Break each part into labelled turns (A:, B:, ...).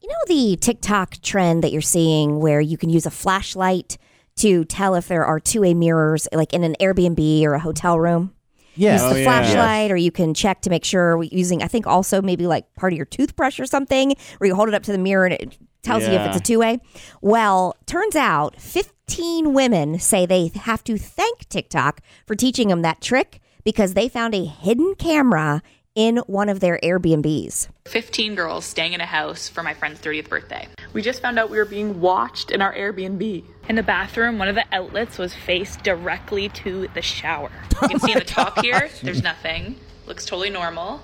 A: You know the TikTok trend that you're seeing where you can use a flashlight to tell if there are two-way mirrors like in an Airbnb or a hotel room?
B: Yeah.
A: Use
C: Oh,
A: the
C: yeah.
A: flashlight or you can check to make sure we- using I think also maybe like part of your toothbrush or something where you hold it up to the mirror and it tells you if
C: Yeah.
A: it's a two-way. Well, turns out 15 women say they have to thank TikTok for teaching them that trick because they found a hidden camera in one of their Airbnbs.
D: 15 girls staying in a house for my friend's 30th birthday. We just found out we were being watched in our Airbnb. In the bathroom, one of the outlets was faced directly to the shower. You can see in the top here, there's nothing. Looks totally normal.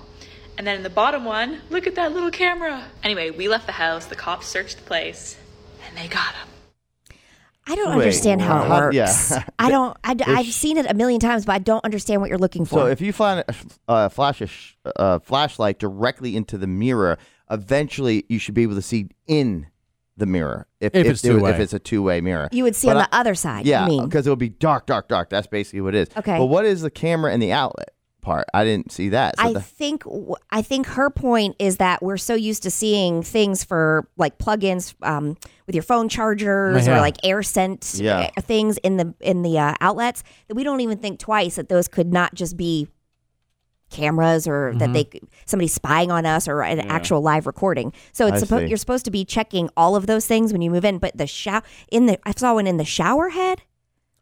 D: And then in the bottom one, look at that little camera. Anyway, we left the house, the cops searched the place, and they got him.
A: I don't
B: Wait,
A: understand how it
B: how-
A: works.
B: yeah.
A: I don't. I, have
B: sh-
A: seen it a million times, but I don't understand what you're looking for.
B: So if you find a uh, flash a sh- uh, flashlight directly into the mirror, eventually you should be able to see in the mirror if,
E: If it's
B: there-
E: two-way.
B: if it's a two way mirror.
A: you would see
B: But
A: on
B: I-
A: the other side.
B: Yeah,
A: you mean
B: because it'll be dark, dark, dark. That's basically what it is.
A: Okay.
B: But what is the camera and the outlet part? I didn't see that. So
A: I
B: the-
A: think w- I think her point is that we're so used to seeing things for like plugins um, with your phone chargers
E: Yeah.
A: or like air scent
B: Yeah.
A: uh, things in the in the uh, outlets that we don't even think twice that those could not just be cameras or that they
E: Mm-hmm.
A: could- somebody spying on us or an actual live recording. So it's
B: I
A: suppo-
B: see.
A: you're supposed to be checking all of those things when you move in, but the shower in the I saw one in the shower head.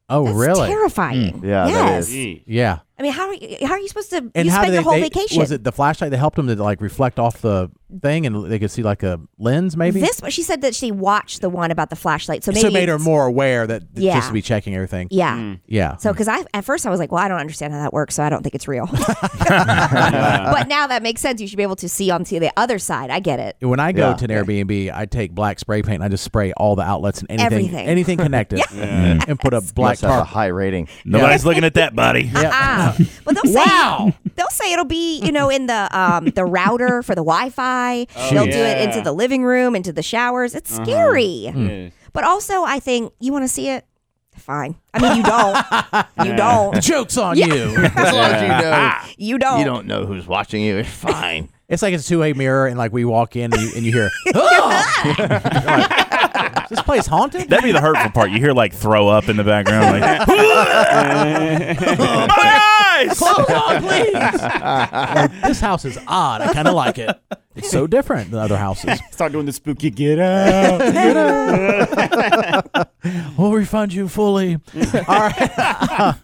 E: Oh,
A: That's
E: really? Mm.
A: terrifying.
B: Yeah, that
A: yes.
B: is.
E: Yeah.
A: I mean, how are you, how are you supposed to
E: And
A: you
E: how
A: spend
E: did they,
A: your whole
E: they-
A: vacation?
E: Was it the flashlight that helped them to like reflect off the thing and they could see like a lens maybe?
A: This she said that she watched the one about the flashlight, so maybe
E: so it made her
A: it's-
E: more aware that th-
A: Yeah.
E: just to be checking everything.
A: Yeah.
E: Yeah.
A: So because I at first I was like, well, I don't understand how that works, so I don't think it's real. but now that makes sense. You should be able to see onto the other side. I get it.
E: when I go
B: Yeah.
E: to an Airbnb, I take black spray paint and I just spray all the outlets and anything
A: Everything.
E: anything connected Mm. and put a black
B: Must have a
E: tarp.
B: high rating.
F: Nobody's looking at that, buddy.
A: Ah, but they'll say they'll say it'll be you know in the um the router for the Wi-Fi. they'll do it
F: yeah.
A: into the living room, into the showers. It's scary.
E: Hmm.
A: But also, I think you want to see it. Fine. I mean, you don't. you don't.
E: Joke's on you.
B: As long as you know,
A: You don't.
B: you don't know who's watching you. It's fine.
E: It's like it's a two-way mirror, and like we walk in and you, and you hear, oh! Like, "This place haunted."
F: That'd be the hurtful part. You hear like throw up in the background, like my eyes.
E: Close on, please. Like, this house is odd. I kind of like it. It's so different than other houses.
C: Start doing the spooky get out.
E: We'll refund you fully. All right.